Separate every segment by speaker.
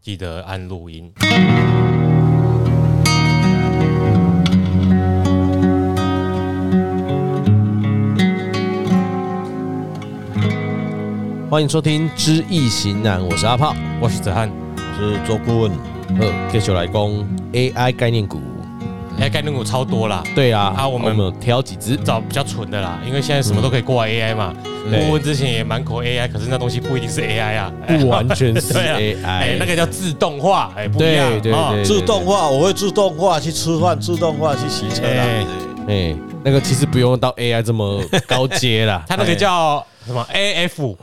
Speaker 1: 记得按录音。
Speaker 2: 欢迎收听《知易行难》，我是阿炮，
Speaker 1: 我是子翰，
Speaker 3: 我是周顾问，
Speaker 2: 呃，继续来攻 AI 概念股。
Speaker 1: 哎，概念股超多啦，
Speaker 2: 对啊，
Speaker 1: 啊我们
Speaker 2: 有挑 几只，
Speaker 1: 找比较蠢的啦，因为现在什么都可以挂 AI 嘛。
Speaker 2: 嗯对
Speaker 1: 顾问之前也满口 AI，可是那东西不一定是 AI 啊，哎
Speaker 2: 不完全是
Speaker 1: 对啊
Speaker 2: AI，
Speaker 1: 哎，那个叫自动化，哎，不一样
Speaker 2: 对对
Speaker 1: 哦
Speaker 2: 对，
Speaker 3: 自动化，我会自动化去吃饭，自动化去洗车
Speaker 1: 哎，
Speaker 3: 啦。
Speaker 2: 哎，那个其实不用到 AI 这么高阶 啦
Speaker 1: 它那个叫什么 AF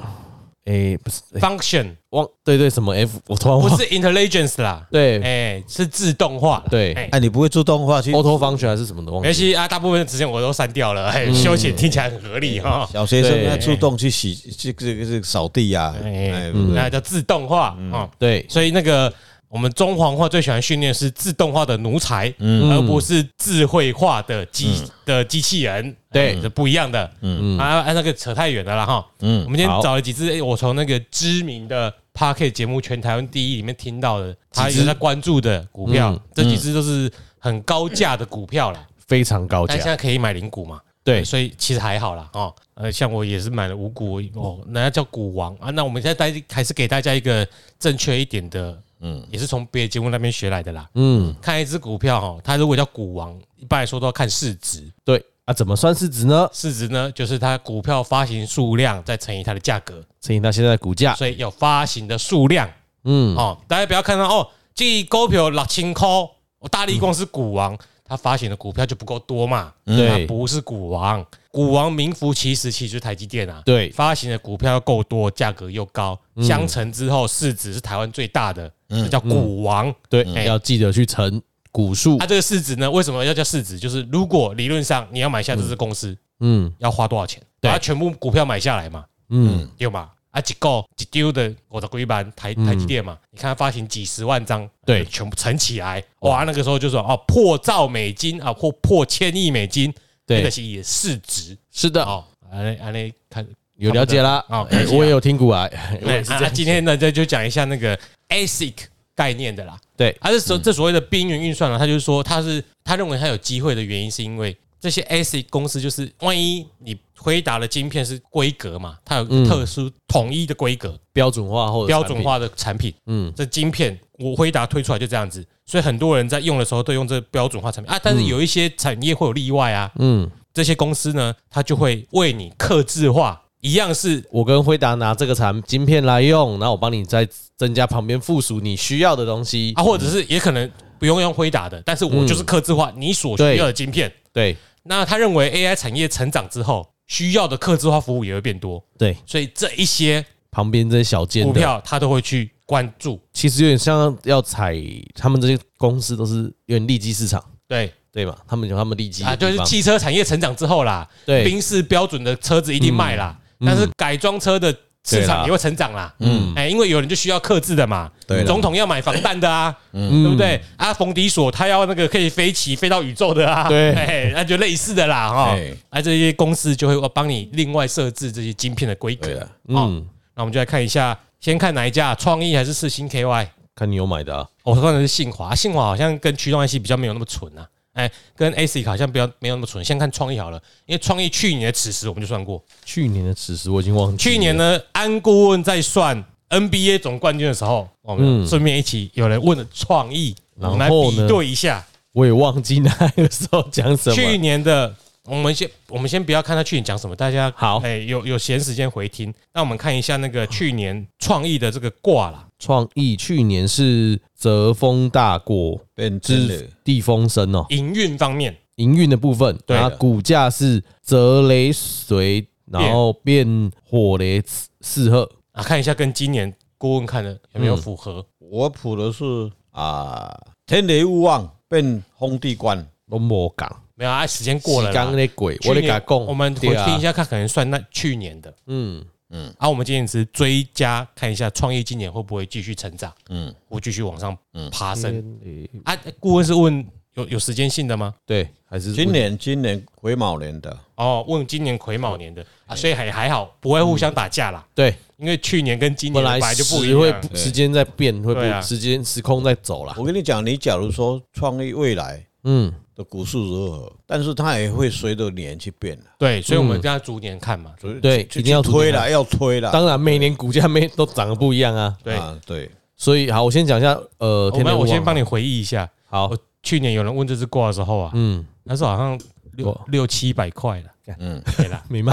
Speaker 2: 哎，不是哎
Speaker 1: function，
Speaker 2: 忘对对什么 F，我突然
Speaker 1: 不
Speaker 2: 忘
Speaker 1: 是 intelligence 啦，
Speaker 2: 对
Speaker 1: 哎，是自动化。
Speaker 2: 对
Speaker 1: 哎
Speaker 3: 哎，你不会自动化去
Speaker 2: auto function 还是什么的忘
Speaker 1: 没关
Speaker 2: 记，
Speaker 1: 系啊，大部分的时间我都删掉了，
Speaker 2: 嗯
Speaker 1: 哎，休闲听起来很合理哈。
Speaker 3: 小学生
Speaker 2: 对
Speaker 3: 要自动去洗这个这个这个扫地呀，
Speaker 1: 哎
Speaker 3: 哎，，
Speaker 2: 嗯
Speaker 1: 那叫自动化哦。
Speaker 2: 对
Speaker 1: 所以那个我们中皇化最喜欢训练是自动化的奴才，
Speaker 2: 嗯
Speaker 1: 而不是智慧化的机的机器人，
Speaker 2: 对
Speaker 1: 哎是不一样的。嗯啊，啊那个扯太远了啦哈。嗯，我们今天
Speaker 2: 好
Speaker 1: 找了几只，哎我从那个知名的 p a r k e t 节目《全台湾第一》里面听到的，他有在关注的股票
Speaker 2: 嗯，
Speaker 1: 这几只都是很高价的股票啦。
Speaker 2: 非常高
Speaker 1: 但现
Speaker 2: 价，
Speaker 1: 在可以买零股嘛？呃
Speaker 2: 对
Speaker 1: 所以其实还好啦哦。呃，像我也是买了五股哦，人家叫股王啊。那我们现在带还是给大家一个正确一点的，嗯，也是从别的节目那边学来的啦。
Speaker 2: 嗯，
Speaker 1: 看一只股票哦，它如果叫股王，一般来说都要看市值，
Speaker 2: 对啊，怎么算市值呢？
Speaker 1: 市值呢就是它股票发行数量再乘以它的价格，
Speaker 2: 乘以它现在的股价，
Speaker 1: 所以有发行的数量
Speaker 2: 嗯，
Speaker 1: 哦。大家不要看到哦，这股票六千块，我大力光是股王，它发行的股票就不够多嘛，它
Speaker 2: 嗯对
Speaker 1: 不是股王，股王名副其实，其实就是台积电啊。
Speaker 2: 对嗯
Speaker 1: 发行的股票要够多，价格又高，相乘之后市值是台湾最大的，这叫股王。哎
Speaker 2: 对，要记得去乘股数
Speaker 1: 它、，这个市值呢，为什么要叫市值？就是如果理论上你要买下这只公司，
Speaker 2: 嗯
Speaker 1: 要花多少钱？
Speaker 2: 对
Speaker 1: 把它全部股票买下来嘛，
Speaker 2: 嗯，
Speaker 1: 对嘛？啊，一个一丢的我的龟板台台积电嘛，你看它发行几十万张，
Speaker 2: 对
Speaker 1: 全部乘起来，哇，那个时候就说哦，破兆美金啊，或破千亿美金，那个
Speaker 2: 对，啊
Speaker 1: 是也市值。
Speaker 2: 是的，
Speaker 1: 哦，安尼安尼看，
Speaker 2: 有了解啦
Speaker 1: 哦，
Speaker 2: 哎
Speaker 1: 了解啊
Speaker 2: 我也有听股癌， 我
Speaker 1: 对
Speaker 2: 也是这
Speaker 1: 啊，
Speaker 2: 样
Speaker 1: 今天呢，这就讲一下那个 ASIC 概念的啦。
Speaker 2: 对，
Speaker 1: 啊，这所这所谓的边缘运算啊呢，他就是说，他是他认为他有机会的原因，是因为这些 ASIC 公司就是，万一你回答的晶片是规格嘛，它有特殊统一的规格，
Speaker 2: 标准化或者
Speaker 1: 标
Speaker 2: 产
Speaker 1: 准
Speaker 2: 品，
Speaker 1: 化的产品，
Speaker 2: 嗯，
Speaker 1: 这晶片我回答推出来就这样子，所以很多人在用的时候都用这标准化产品啊，但是有一些产业会有例外啊，
Speaker 2: 嗯，
Speaker 1: 这些公司呢，它就会为你克制化，一样是
Speaker 2: 我跟辉达拿这个产晶片来用，然后我帮你再增加旁边附属你需要的东西
Speaker 1: 啊，，或者是也可能不用用辉达的，但是我就是刻字化你所需要的晶片。
Speaker 2: 嗯对
Speaker 1: 那他认为 AI 产业成长之后，需要的刻字化服务也会变多，
Speaker 2: 对，
Speaker 1: 所以这一些
Speaker 2: 旁边这些小件
Speaker 1: 股
Speaker 2: 的，
Speaker 1: 票他都会去关注。
Speaker 2: 其实有点像要踩他们这些公司都是有点利基市场，
Speaker 1: 对
Speaker 2: 对嘛？他们有他们利基
Speaker 1: 啊，
Speaker 2: 的
Speaker 1: 就
Speaker 2: 地
Speaker 1: 是
Speaker 2: 方
Speaker 1: 汽车产业成长之后啦，
Speaker 2: 对嗯
Speaker 1: 宾士标准的车子一定卖啦，但是改装车的市
Speaker 2: 对
Speaker 1: 场
Speaker 2: 啦
Speaker 1: 也会成长啦。嗯，哎，因为有人就需要克制的嘛，
Speaker 3: 对啦
Speaker 1: 总统要买防弹的啊，
Speaker 2: 嗯
Speaker 1: 对不？对？啊，冯迪索他要那个可以飞起、飞到宇宙的啊，
Speaker 2: 对
Speaker 1: 哎，那就类似的啦，哈
Speaker 3: 哎，
Speaker 1: 啊，这些公司就会帮你另外设置这些晶片的规格
Speaker 3: 对了，
Speaker 1: 哦。
Speaker 2: 嗯，
Speaker 1: 那我们就来看一下，先看哪一家，创意还是世新 KY？
Speaker 2: 看你有买的啊，
Speaker 1: 哦我看的是信华，信华好像跟驱动 IC 比较没有那么蠢啊，哎，跟 ASIC 好像比较没有那么蠢。先看创意好了，因为创意去年的此时我们就算过，
Speaker 2: 去年的此时我已经忘记了，
Speaker 1: 去年呢，安顾问在算 NBA 总冠军的时候，我们顺便一起有人问了创意，我们来
Speaker 2: 嗯然后
Speaker 1: 比
Speaker 2: 呢
Speaker 1: 对一下。
Speaker 2: 我也忘记那个时候讲什
Speaker 1: 去
Speaker 2: 么，
Speaker 1: 年的，我们先我们先不要看他去年讲什么，大家
Speaker 2: 好
Speaker 1: 哎、有有闲时间回听。那我们看一下那个去年创意的这个卦啦，
Speaker 2: 创意去年是泽丰大过
Speaker 3: 变真
Speaker 2: 之
Speaker 3: 的
Speaker 2: 地风生哦，
Speaker 1: 营运方面，
Speaker 2: 营运的部分，
Speaker 1: 对的
Speaker 2: 然后股价是泽雷随，然后变火雷四四赫，
Speaker 1: 啊，看一下跟今年顾问看的有没有
Speaker 2: 嗯
Speaker 1: 符合。
Speaker 3: 我谱的是啊，天雷勿忘变红地官，
Speaker 2: 都没讲，
Speaker 1: 没有啊，时间过了
Speaker 2: 刚
Speaker 1: 啦。
Speaker 2: 那鬼，
Speaker 1: 去
Speaker 2: 我得
Speaker 1: 年
Speaker 2: 给他供，
Speaker 1: 我们回
Speaker 2: 对啊
Speaker 1: 听一，下，看可能算那去年的。
Speaker 2: 嗯，
Speaker 1: 啊，我们今天只是追加看一下创意今年会不会继续成长，
Speaker 3: 嗯
Speaker 1: 或继续往上爬升。
Speaker 2: 天雷
Speaker 1: 啊，顾问是问有有时间性的吗？
Speaker 2: 对，还是
Speaker 3: 今年今年癸卯年的，
Speaker 1: 哦，问今年癸卯年的啊，所以还还好，不会互相打架啦。
Speaker 2: 对，
Speaker 1: 因为去年跟今
Speaker 2: 本
Speaker 1: 年
Speaker 2: 来
Speaker 1: 本来就不一
Speaker 2: 时会
Speaker 1: 样，
Speaker 2: 时间在变，会
Speaker 1: 对啊
Speaker 2: 不时间时空在走啦。
Speaker 3: 我跟你讲，你假如说创意未来
Speaker 2: 嗯，
Speaker 3: 的股市如何，但是它也会随着年去变的，
Speaker 1: 对，所以我
Speaker 2: 嗯
Speaker 1: 们跟他逐年看嘛。
Speaker 3: 所以
Speaker 2: 对
Speaker 3: 去
Speaker 2: 一定要
Speaker 3: 去
Speaker 2: 逐
Speaker 3: 推
Speaker 2: 年啊
Speaker 3: 了，要推了。
Speaker 2: 当然每年股价每都涨得不一样啊。
Speaker 1: 对，
Speaker 3: 啊，对，
Speaker 2: 所以好，我先讲一下，呃，
Speaker 1: 我
Speaker 2: 天
Speaker 1: 们
Speaker 2: 天
Speaker 1: 哦我先帮
Speaker 2: 你
Speaker 1: 你回忆一下，
Speaker 2: 好
Speaker 1: 我，哦去年有人问这只卦的时候啊，
Speaker 2: 嗯，
Speaker 1: 那时候好像
Speaker 2: 多。
Speaker 1: 六六七百块了，
Speaker 3: 嗯，
Speaker 1: 对啦
Speaker 2: 明白，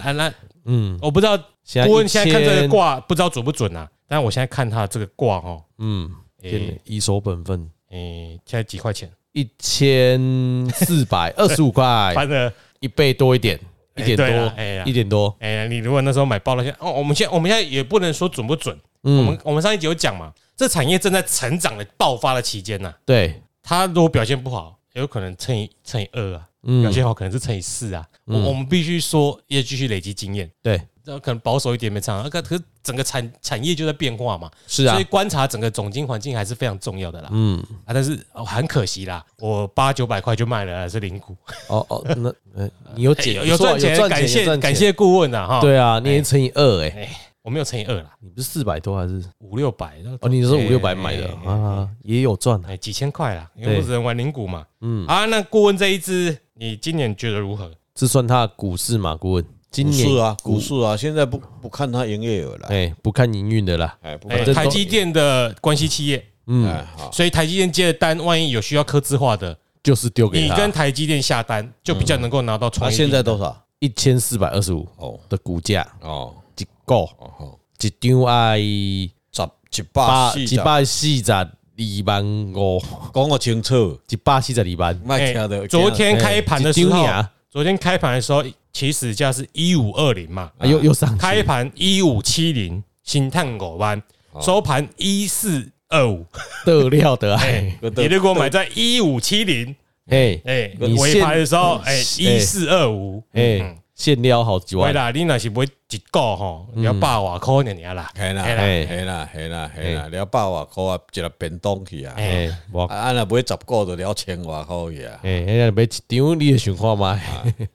Speaker 1: 啊，那
Speaker 2: 嗯，
Speaker 1: 我不知道，
Speaker 2: 现在
Speaker 1: 不过现在看这个
Speaker 2: 1000，
Speaker 1: 卦不知道准不准啊。但我现在看他这个卦哦，
Speaker 2: 嗯，
Speaker 1: 诶
Speaker 2: 天以守本分，
Speaker 1: 诶，现在几块钱？
Speaker 2: 一千四百二十五块，
Speaker 1: 反正
Speaker 2: 一倍多一点，一
Speaker 1: 哎
Speaker 2: 点
Speaker 1: 对啦
Speaker 2: 多，
Speaker 1: 哎呀
Speaker 2: 一点多，
Speaker 1: 哎，你如果那时候买爆了，现在哦，我们现在我们现在也不能说准不准，我
Speaker 2: 嗯
Speaker 1: 们，我们上一集有讲嘛，这产业正在成长的爆发的期间呐、
Speaker 2: 对，
Speaker 1: 它如果表现不好，有可能乘以乘以二啊，表
Speaker 2: 嗯，
Speaker 1: 现好可能是乘以四啊。我、
Speaker 2: 嗯
Speaker 1: 我们必须说要继续累积经验，
Speaker 2: 对，
Speaker 1: 那可能保守一点没差。那可可是整个产产业就在变化嘛，
Speaker 2: 是啊
Speaker 1: 所以，观察整个总经环境还是非常重要的啦。
Speaker 2: 嗯，
Speaker 1: 啊，但是、哦、很可惜啦，我八九百块就卖了，是零股，
Speaker 2: 哦哦，那呃你有减
Speaker 1: 哎有有
Speaker 2: 不错
Speaker 1: 赚钱，
Speaker 2: 有赚
Speaker 1: 感
Speaker 2: 有
Speaker 1: 谢
Speaker 2: 赚
Speaker 1: 感
Speaker 2: 钱，
Speaker 1: 谢哦顾问呐、哈。，
Speaker 2: 对啊，你也乘以二哎，
Speaker 1: 我没有乘以二啦，
Speaker 2: 你不是四百多还是？
Speaker 1: 五六百
Speaker 2: 哦，你是五六百买的
Speaker 1: 哎
Speaker 2: 啊，也有赚啊，
Speaker 1: 哎，几千块啦，因为
Speaker 2: 对
Speaker 1: 我只能玩零股嘛。
Speaker 2: 嗯
Speaker 1: 嗯，啊，那顾问这一支，你今年觉得如何？
Speaker 2: 这算他的股市嘛？顾问，今
Speaker 3: 股
Speaker 2: 年
Speaker 3: 市啊，股市啊，现在不不看它营业额了，
Speaker 2: 哎不看营运的啦，
Speaker 3: 哎，不
Speaker 1: 哎
Speaker 3: 看
Speaker 2: 这，都
Speaker 1: 台积电的关系企业，
Speaker 2: 嗯，
Speaker 3: 哎，好，
Speaker 1: 所以台积电接的单，万一有需要刻字化的，
Speaker 2: 就是丢给
Speaker 1: 你
Speaker 2: 他
Speaker 1: 跟台积电下单，就比较
Speaker 2: 嗯
Speaker 1: 能够拿到
Speaker 3: 它
Speaker 1: 创意。
Speaker 3: 啊现在多少？
Speaker 2: 一千四百二十五
Speaker 3: 哦
Speaker 2: 的股价，
Speaker 3: 哦
Speaker 2: 一个
Speaker 3: 哦哦，
Speaker 2: 一张爱
Speaker 3: 十一
Speaker 2: 八
Speaker 3: 百四
Speaker 2: 一
Speaker 3: 十，
Speaker 2: 百四十二万五，
Speaker 3: 讲个清楚，
Speaker 2: 一百四十二万。
Speaker 3: 卖
Speaker 1: 哎
Speaker 3: 听的。
Speaker 1: 昨天开盘的时
Speaker 2: 哎一
Speaker 1: 候
Speaker 2: 张尔，
Speaker 1: 昨天开盘的时候，起始价是一五二零嘛，
Speaker 2: 啊、又又上去
Speaker 1: 开盘一五七零，新探狗湾，收盘一四二五。
Speaker 2: 得料的啊！
Speaker 1: 哎， 你如果买在一五七零。
Speaker 2: 哎
Speaker 3: 嗯
Speaker 1: 哎，
Speaker 2: 你
Speaker 1: 尾
Speaker 2: 现
Speaker 1: 盘的时候，哎，
Speaker 2: 哎
Speaker 1: 一四二五，
Speaker 2: 哎，
Speaker 3: 嗯
Speaker 2: 现撩好几
Speaker 1: 对
Speaker 2: 万，
Speaker 1: 啦，你若是买一个吼，要百外块尔尔啦，
Speaker 3: 系
Speaker 1: 嘿
Speaker 3: 啦，
Speaker 1: 啦
Speaker 3: 系啦，系啦，系啦，了百外箍啊，一个便当去啊，
Speaker 1: 哎，
Speaker 2: 哎，我
Speaker 3: 啊，啊若买十个就了千外箍去啊，
Speaker 2: 哎，那买一张你也想看吗？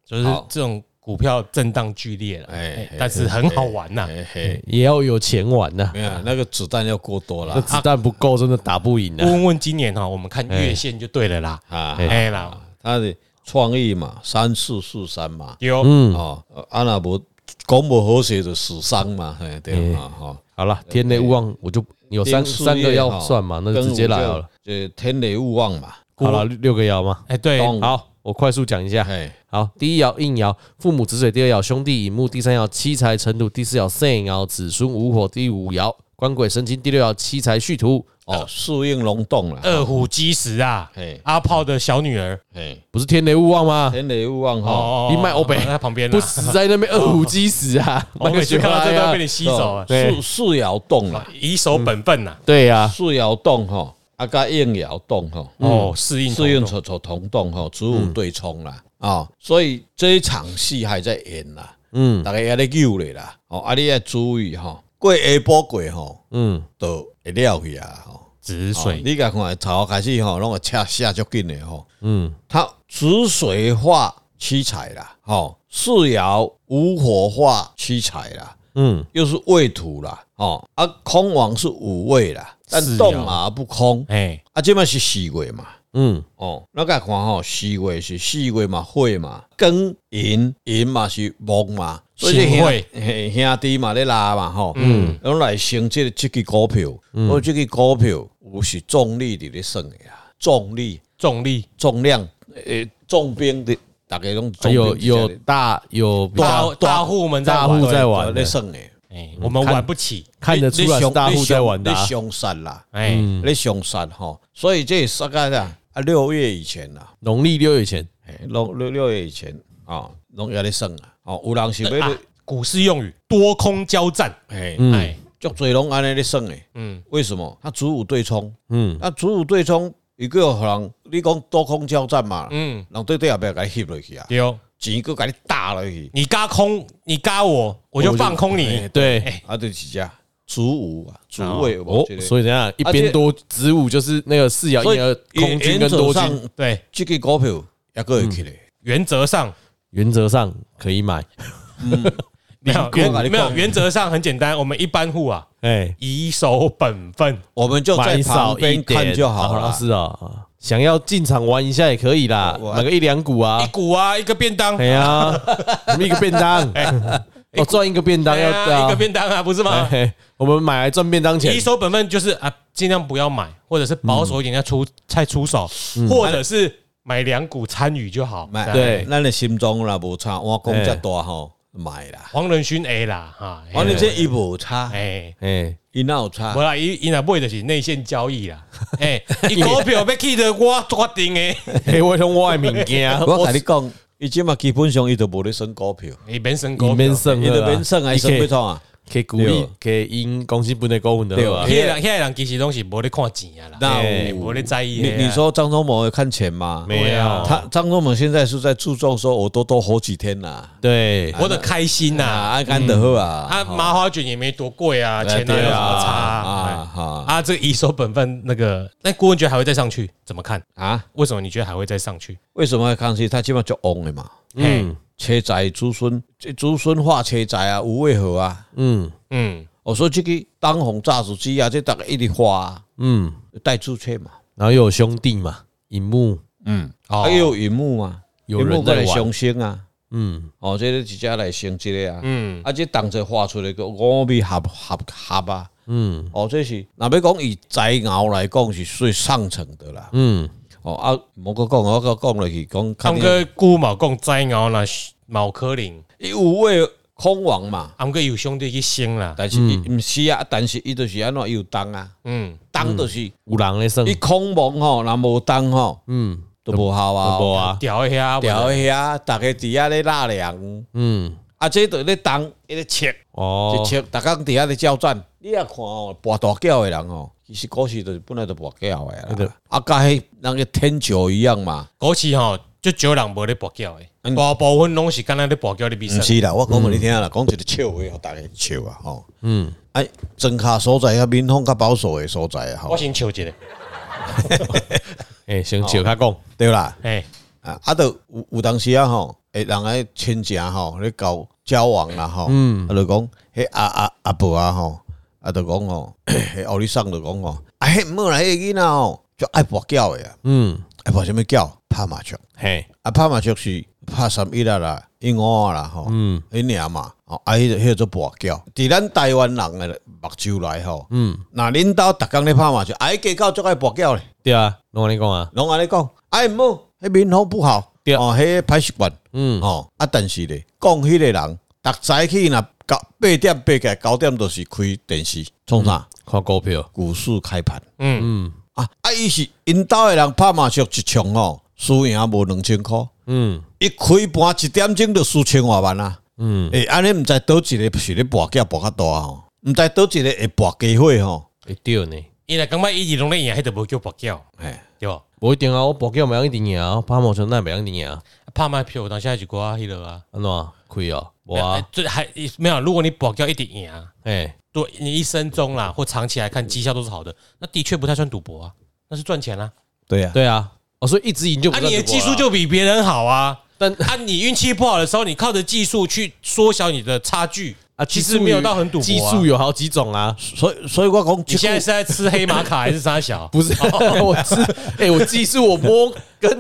Speaker 1: 就是这种股票震荡剧烈了，
Speaker 3: 哎
Speaker 1: 哎，但是很好玩呐，
Speaker 3: 嘿嘿，啊
Speaker 2: 也要有钱玩呐，
Speaker 3: 没有那个子弹要过多
Speaker 2: 这
Speaker 3: 了
Speaker 2: 子弹不够，真的打不赢啊！
Speaker 1: 问问今年哈，我们看月线就对了啦，
Speaker 3: 啊，
Speaker 1: 哎啦，
Speaker 3: 他的创意嘛，三四四三嘛，
Speaker 1: 有
Speaker 3: 哦，啊若无讲无好势就死伤嘛，嘿对嘛，吼。
Speaker 2: 好了，天雷勿忘，我就有三
Speaker 3: 丁巳
Speaker 2: 三个
Speaker 3: 夜
Speaker 2: 要
Speaker 3: 哈
Speaker 2: 算嘛，那
Speaker 3: 庚
Speaker 2: 直接
Speaker 3: 午
Speaker 2: 来
Speaker 3: 就
Speaker 2: 好了。
Speaker 3: 呃，天雷勿忘嘛，
Speaker 2: 好了，六个爻嘛。
Speaker 1: 哎对，
Speaker 3: 动
Speaker 2: 好，我快速讲一下。
Speaker 3: 哎，
Speaker 2: 好，第一爻应爻，父母子水；第二爻兄弟引木；第三爻七财成土；第四爻肾爻子孙午火；第五爻官鬼神经；第六爻七财戌土。
Speaker 3: 哦，适应龙洞了，
Speaker 1: 二虎基石啊
Speaker 3: 嘿，
Speaker 1: 阿炮的小女儿
Speaker 3: 嘿，
Speaker 2: 不是天雷勿忘吗？
Speaker 3: 天雷勿忘哈，
Speaker 1: 哦，
Speaker 2: 你卖欧北
Speaker 1: 在旁边啦
Speaker 2: 不，死在那边二虎基死啊！
Speaker 1: 我每次看到这
Speaker 2: 个
Speaker 1: 都被你吸走了，
Speaker 2: 对
Speaker 3: 四四爻洞了，
Speaker 1: 以守本分呐，
Speaker 2: 对呀，
Speaker 3: 四爻洞哈，啊加应爻洞哈，
Speaker 1: 哦，适应
Speaker 3: 适应
Speaker 1: 同
Speaker 3: 丑丑同洞哈，子
Speaker 2: 嗯
Speaker 3: 午对冲啦，啊，所以这一场戏还在演啦，
Speaker 2: 嗯
Speaker 3: 大家也咧救咧啦，哦，啊你要注意哈，过下晡过吼，
Speaker 2: 嗯，
Speaker 3: 就会了去啊，吼。
Speaker 1: 止
Speaker 3: 哦
Speaker 1: 水，
Speaker 3: 你甲看头开始吼，拢个恰下足紧的吼，
Speaker 2: 嗯
Speaker 3: 嗯，它止水化七彩啦，吼，四爻无火化七彩啦，
Speaker 2: 嗯，
Speaker 3: 又是未土啦，哦，啊，空亡是五位啦，但
Speaker 1: 四爻
Speaker 3: 动而不空，
Speaker 1: 哎，
Speaker 3: 啊，这嘛是四月嘛，
Speaker 2: 嗯
Speaker 3: 哦，咱甲看吼，四月是四月嘛，火嘛，庚寅寅嘛是木嘛，所以这
Speaker 1: 行
Speaker 3: 兄
Speaker 1: 火
Speaker 3: 嘿兄弟嘛咧拉嘛吼，嗯，拢来升这个这支股票，
Speaker 2: 嗯
Speaker 3: 我这支股票有是重力伫咧算的啦，重力
Speaker 1: 重力，
Speaker 3: 重量诶，重兵的大家拢重
Speaker 2: 有
Speaker 3: 兵在
Speaker 2: 有大有比较
Speaker 1: 大大户们在
Speaker 2: 大
Speaker 1: 玩
Speaker 2: 户在
Speaker 3: 在
Speaker 2: 玩
Speaker 3: 咧
Speaker 2: 的，
Speaker 3: 算的，
Speaker 1: 哎，我们玩不起，
Speaker 2: 看得出来是大户在玩的啊嗯
Speaker 3: 你。上山啦，
Speaker 1: 哎，
Speaker 3: 你上山吼，所以这大概啦，啊六月以前啦。
Speaker 2: 农历六月前，
Speaker 3: 嘿六六六月以前啊，拢也咧算啊，哦，有人想要
Speaker 1: 啊
Speaker 3: 咧，
Speaker 1: 股市用语多空交战，
Speaker 3: 嘿，
Speaker 1: 哎，
Speaker 3: 足侪拢安尼咧算诶，
Speaker 1: 嗯，
Speaker 3: 为什么？他主武对冲，
Speaker 2: 嗯
Speaker 3: 啊，主武对冲，伊个互人，你讲多空交战嘛，
Speaker 1: 嗯，
Speaker 3: 人对对也袂甲你翕落去啊，
Speaker 1: 对哦，
Speaker 3: 钱佫甲你打落去，
Speaker 1: 你嘎空，你嘎我，我就放空
Speaker 3: 嘿
Speaker 1: 你，
Speaker 2: 对，
Speaker 3: 啊，就是这，主舞啊，主位有无
Speaker 2: 哦
Speaker 3: 这，个
Speaker 2: 所以等一下一边多子午就是那个四爻
Speaker 3: 所以
Speaker 2: 一爻空军
Speaker 3: 原
Speaker 2: 跟
Speaker 3: 则
Speaker 2: 多嗯
Speaker 3: 上
Speaker 2: 军，
Speaker 1: 对，
Speaker 3: 这个股票也个会起来，
Speaker 1: 原则上
Speaker 2: 原则上可以买。
Speaker 1: 没有
Speaker 3: 你讲啊
Speaker 1: 原
Speaker 3: 你
Speaker 1: 没有
Speaker 3: 讲
Speaker 1: 原则上很简单，我们一般户啊，
Speaker 2: 哎，
Speaker 1: 以守本分，
Speaker 3: 我们就在
Speaker 2: 买
Speaker 3: 旁
Speaker 2: 少一
Speaker 3: 边看
Speaker 2: 点
Speaker 3: 就好
Speaker 2: 啊
Speaker 3: 了。
Speaker 2: 是啊，想要进场玩一下也可以啦，
Speaker 3: 我
Speaker 2: 买个一两股
Speaker 1: 一
Speaker 2: 啊。
Speaker 1: 股啊，一个便当
Speaker 2: 哎，呀，我们一个便当，哦，赚一个便当
Speaker 1: 对
Speaker 2: 要
Speaker 1: 啊，一个便当啊，不是吗？
Speaker 2: 哎我们买来赚便当钱
Speaker 1: 以。守本分就是啊，尽量不要买，或者是保守一点再出再出手，或者是买两股参与就好。
Speaker 3: 买
Speaker 1: 这样
Speaker 2: 对
Speaker 3: 咱的心中啦无差，我讲遮大吼买啦，
Speaker 1: 黄仁勋 A 啦哈，
Speaker 3: 反哦正这伊无差，
Speaker 1: 哎，
Speaker 2: 哎，
Speaker 3: 伊哪有
Speaker 1: 无
Speaker 3: 差？
Speaker 1: 啦，伊伊若买就是内线交易啦，哎，伊股票要去的我决定诶，
Speaker 2: 哎，我用我的物件，
Speaker 3: 我甲你讲，伊即嘛基本上伊都无咧算股票，
Speaker 1: 伊免升
Speaker 2: 你
Speaker 1: 股票
Speaker 2: 免。算
Speaker 3: 伊
Speaker 2: 了
Speaker 3: 都
Speaker 2: 啦，
Speaker 3: 免算还
Speaker 2: 你
Speaker 3: 算
Speaker 2: 可
Speaker 3: 要
Speaker 2: 以
Speaker 3: 创啊？
Speaker 2: 可以鼓励
Speaker 3: 对，
Speaker 2: 给因公司不能公允的
Speaker 3: 对
Speaker 2: 吧
Speaker 1: 迄？个人，迄个人其实拢是无咧看钱啊啦，
Speaker 3: 那
Speaker 1: 哎
Speaker 3: 有
Speaker 1: 无咧在意
Speaker 3: 你
Speaker 1: 的啊。
Speaker 3: 你说张忠谋有看钱吗？
Speaker 2: 没
Speaker 1: 对
Speaker 2: 有
Speaker 1: 啊，
Speaker 3: 他张忠谋现在是在注重说，我多多活几天啦，
Speaker 2: 对，
Speaker 1: 活得开心
Speaker 3: 啊，
Speaker 1: 呐，
Speaker 3: 安干得好啊，
Speaker 1: 啊，麻花卷也没多贵啊，钱哪有
Speaker 3: 对
Speaker 1: 什
Speaker 3: 啊
Speaker 1: 么差啊？
Speaker 3: 啊哈
Speaker 1: 啊，这个以守本分那个，那顾问觉得还会再上去，怎么看？
Speaker 3: 啊！
Speaker 1: 为什么你觉得还会再上去？
Speaker 3: 为什么要康熙？他基本上就翁的嘛，
Speaker 2: 嗯
Speaker 3: 车仔子孙，这子孙化车仔啊，无为何啊？
Speaker 2: 嗯
Speaker 1: 嗯，
Speaker 3: 我说这个当红炸子鸡啊，这大概一直花、啊，
Speaker 2: 嗯，
Speaker 3: 带出去嘛，
Speaker 2: 然后又有兄弟嘛，荧幕，
Speaker 3: 嗯，
Speaker 1: 哦
Speaker 3: 还有荧幕嘛，
Speaker 2: 有
Speaker 3: 荧幕
Speaker 2: 人
Speaker 3: 过
Speaker 2: 在
Speaker 3: 来
Speaker 2: 玩，
Speaker 3: 上升啊，
Speaker 2: 嗯，
Speaker 3: 哦，这个一家来升这个啊，
Speaker 1: 嗯，
Speaker 3: 啊，这同齐画出来个五米合合合啊，
Speaker 2: 嗯
Speaker 3: 哦，这是若要讲以宅熬来讲是最上层的啦，
Speaker 2: 嗯，
Speaker 3: 哦啊，莫个讲，我个讲落去讲，
Speaker 1: 他
Speaker 3: 看
Speaker 1: 们个顾某共栽熬啦，毛科林，
Speaker 3: 伊有位空王嘛，
Speaker 1: 他们个有兄弟去生啦，
Speaker 3: 但是
Speaker 2: 嗯
Speaker 3: 伊毋是啊，但是伊就是安怎伊有当啊，
Speaker 1: 嗯，
Speaker 3: 当就是伊
Speaker 2: 五郎的胜，
Speaker 3: 空王吼，若无当吼，
Speaker 2: 嗯，
Speaker 3: 都无效啊，
Speaker 2: 无啊，
Speaker 1: 调一下，
Speaker 3: 调遐，逐个伫遐咧纳凉，
Speaker 2: 嗯，
Speaker 3: 啊，这都咧当，伊咧切，
Speaker 2: 哦
Speaker 3: 一，切，逐工伫遐咧交战。你也看哦，跋大叫的人哦，其实股市就是本来就跋叫的
Speaker 2: 对
Speaker 3: 啦，啊，甲迄人个天桥一样嘛。
Speaker 1: 股市吼，就少人无咧博缴的，大部分拢是敢若咧博缴咧比
Speaker 3: 毋
Speaker 1: 赛。
Speaker 3: 是啦，我讲互你听啦，讲一个笑话，互大家笑啊，吼。嗯，哎，庄卡所在遐民风较保守的所在啊，
Speaker 1: 我
Speaker 3: 吼，
Speaker 1: 先笑一下，
Speaker 2: 哎，先笑他讲，
Speaker 3: 对啦。
Speaker 1: 哎，
Speaker 3: 啊，啊，都有有当时啊，吼，诶，人诶亲情吼，咧交交往啦，吼，啊，就讲，迄阿阿阿婆啊，吼，啊，就讲吼， 迄后日上就讲吼，啊，迄毋好啦，迄个囡仔吼，就爱跋筊的啊，
Speaker 2: 嗯，
Speaker 3: 爱跋什物筊？拍麻将。
Speaker 2: 嘿，
Speaker 3: 啊，拍麻将是拍三一啦啦，一五啊啦吼，嗯，一年嘛，吼，啊，迄个迄个做跋筊，伫咱台湾人诶目睭内吼，嗯，若恁兜逐工咧拍麻将，啊，迄家狗足爱跋筊咧，
Speaker 2: 对啊，我跟你讲啊，
Speaker 3: 拢安尼讲，哎毋好，迄民风不好，
Speaker 2: 对
Speaker 3: 哦，迄歹习惯，
Speaker 2: 嗯，
Speaker 3: 吼，啊，但是咧，讲迄个人，逐早起若九八点八起来九点都是开电视，创啥？
Speaker 2: 看股票，
Speaker 3: 股市开盘
Speaker 1: 嗯，
Speaker 3: 啊，啊，伊是因兜诶人拍麻将一场吼，输赢无两千箍。
Speaker 2: 嗯
Speaker 3: 一开盘一点钟就输千外万啊！
Speaker 2: 嗯，
Speaker 3: 诶、安尼毋知倒一个是咧博价博较大吼，毋知倒一个会博机会吼。
Speaker 2: 会对呢，
Speaker 1: 伊若感觉伊直拢咧赢，迄就无叫博缴，
Speaker 3: 诶，
Speaker 1: 对无？
Speaker 2: 无一定啊，我博叫袂用一定赢啊，拍毛球那袂用一定赢啊，
Speaker 1: 拍卖票，当时还是寡迄落啊。
Speaker 2: 安怎啊亏哦，无
Speaker 1: 哇
Speaker 2: 啊，，
Speaker 1: 这还没有。如果你保掉一点赢啊，
Speaker 2: 哎，
Speaker 1: 对你一生中啦，或长期来看绩效都是好的，那的确不太算赌博啊，那是赚钱啦、
Speaker 3: 对啊，
Speaker 2: 对啊，哦，所以一直赢就不
Speaker 1: 啊。
Speaker 2: 算
Speaker 1: 你的
Speaker 2: 赌博
Speaker 1: 技
Speaker 2: 啦
Speaker 1: 术就比别人好啊，
Speaker 2: 但
Speaker 1: 啊，你运气不好的时候，你靠着技术去缩小你的差距
Speaker 2: 啊，
Speaker 1: 其实没有到很赌博、啊。
Speaker 2: 技术有好几种啊，
Speaker 3: 所以所以我讲
Speaker 1: 你
Speaker 3: 这
Speaker 1: 现在
Speaker 3: 句，
Speaker 1: 是在吃黑马卡还是啥小？
Speaker 2: 不是， 我是哎、我技术我摸跟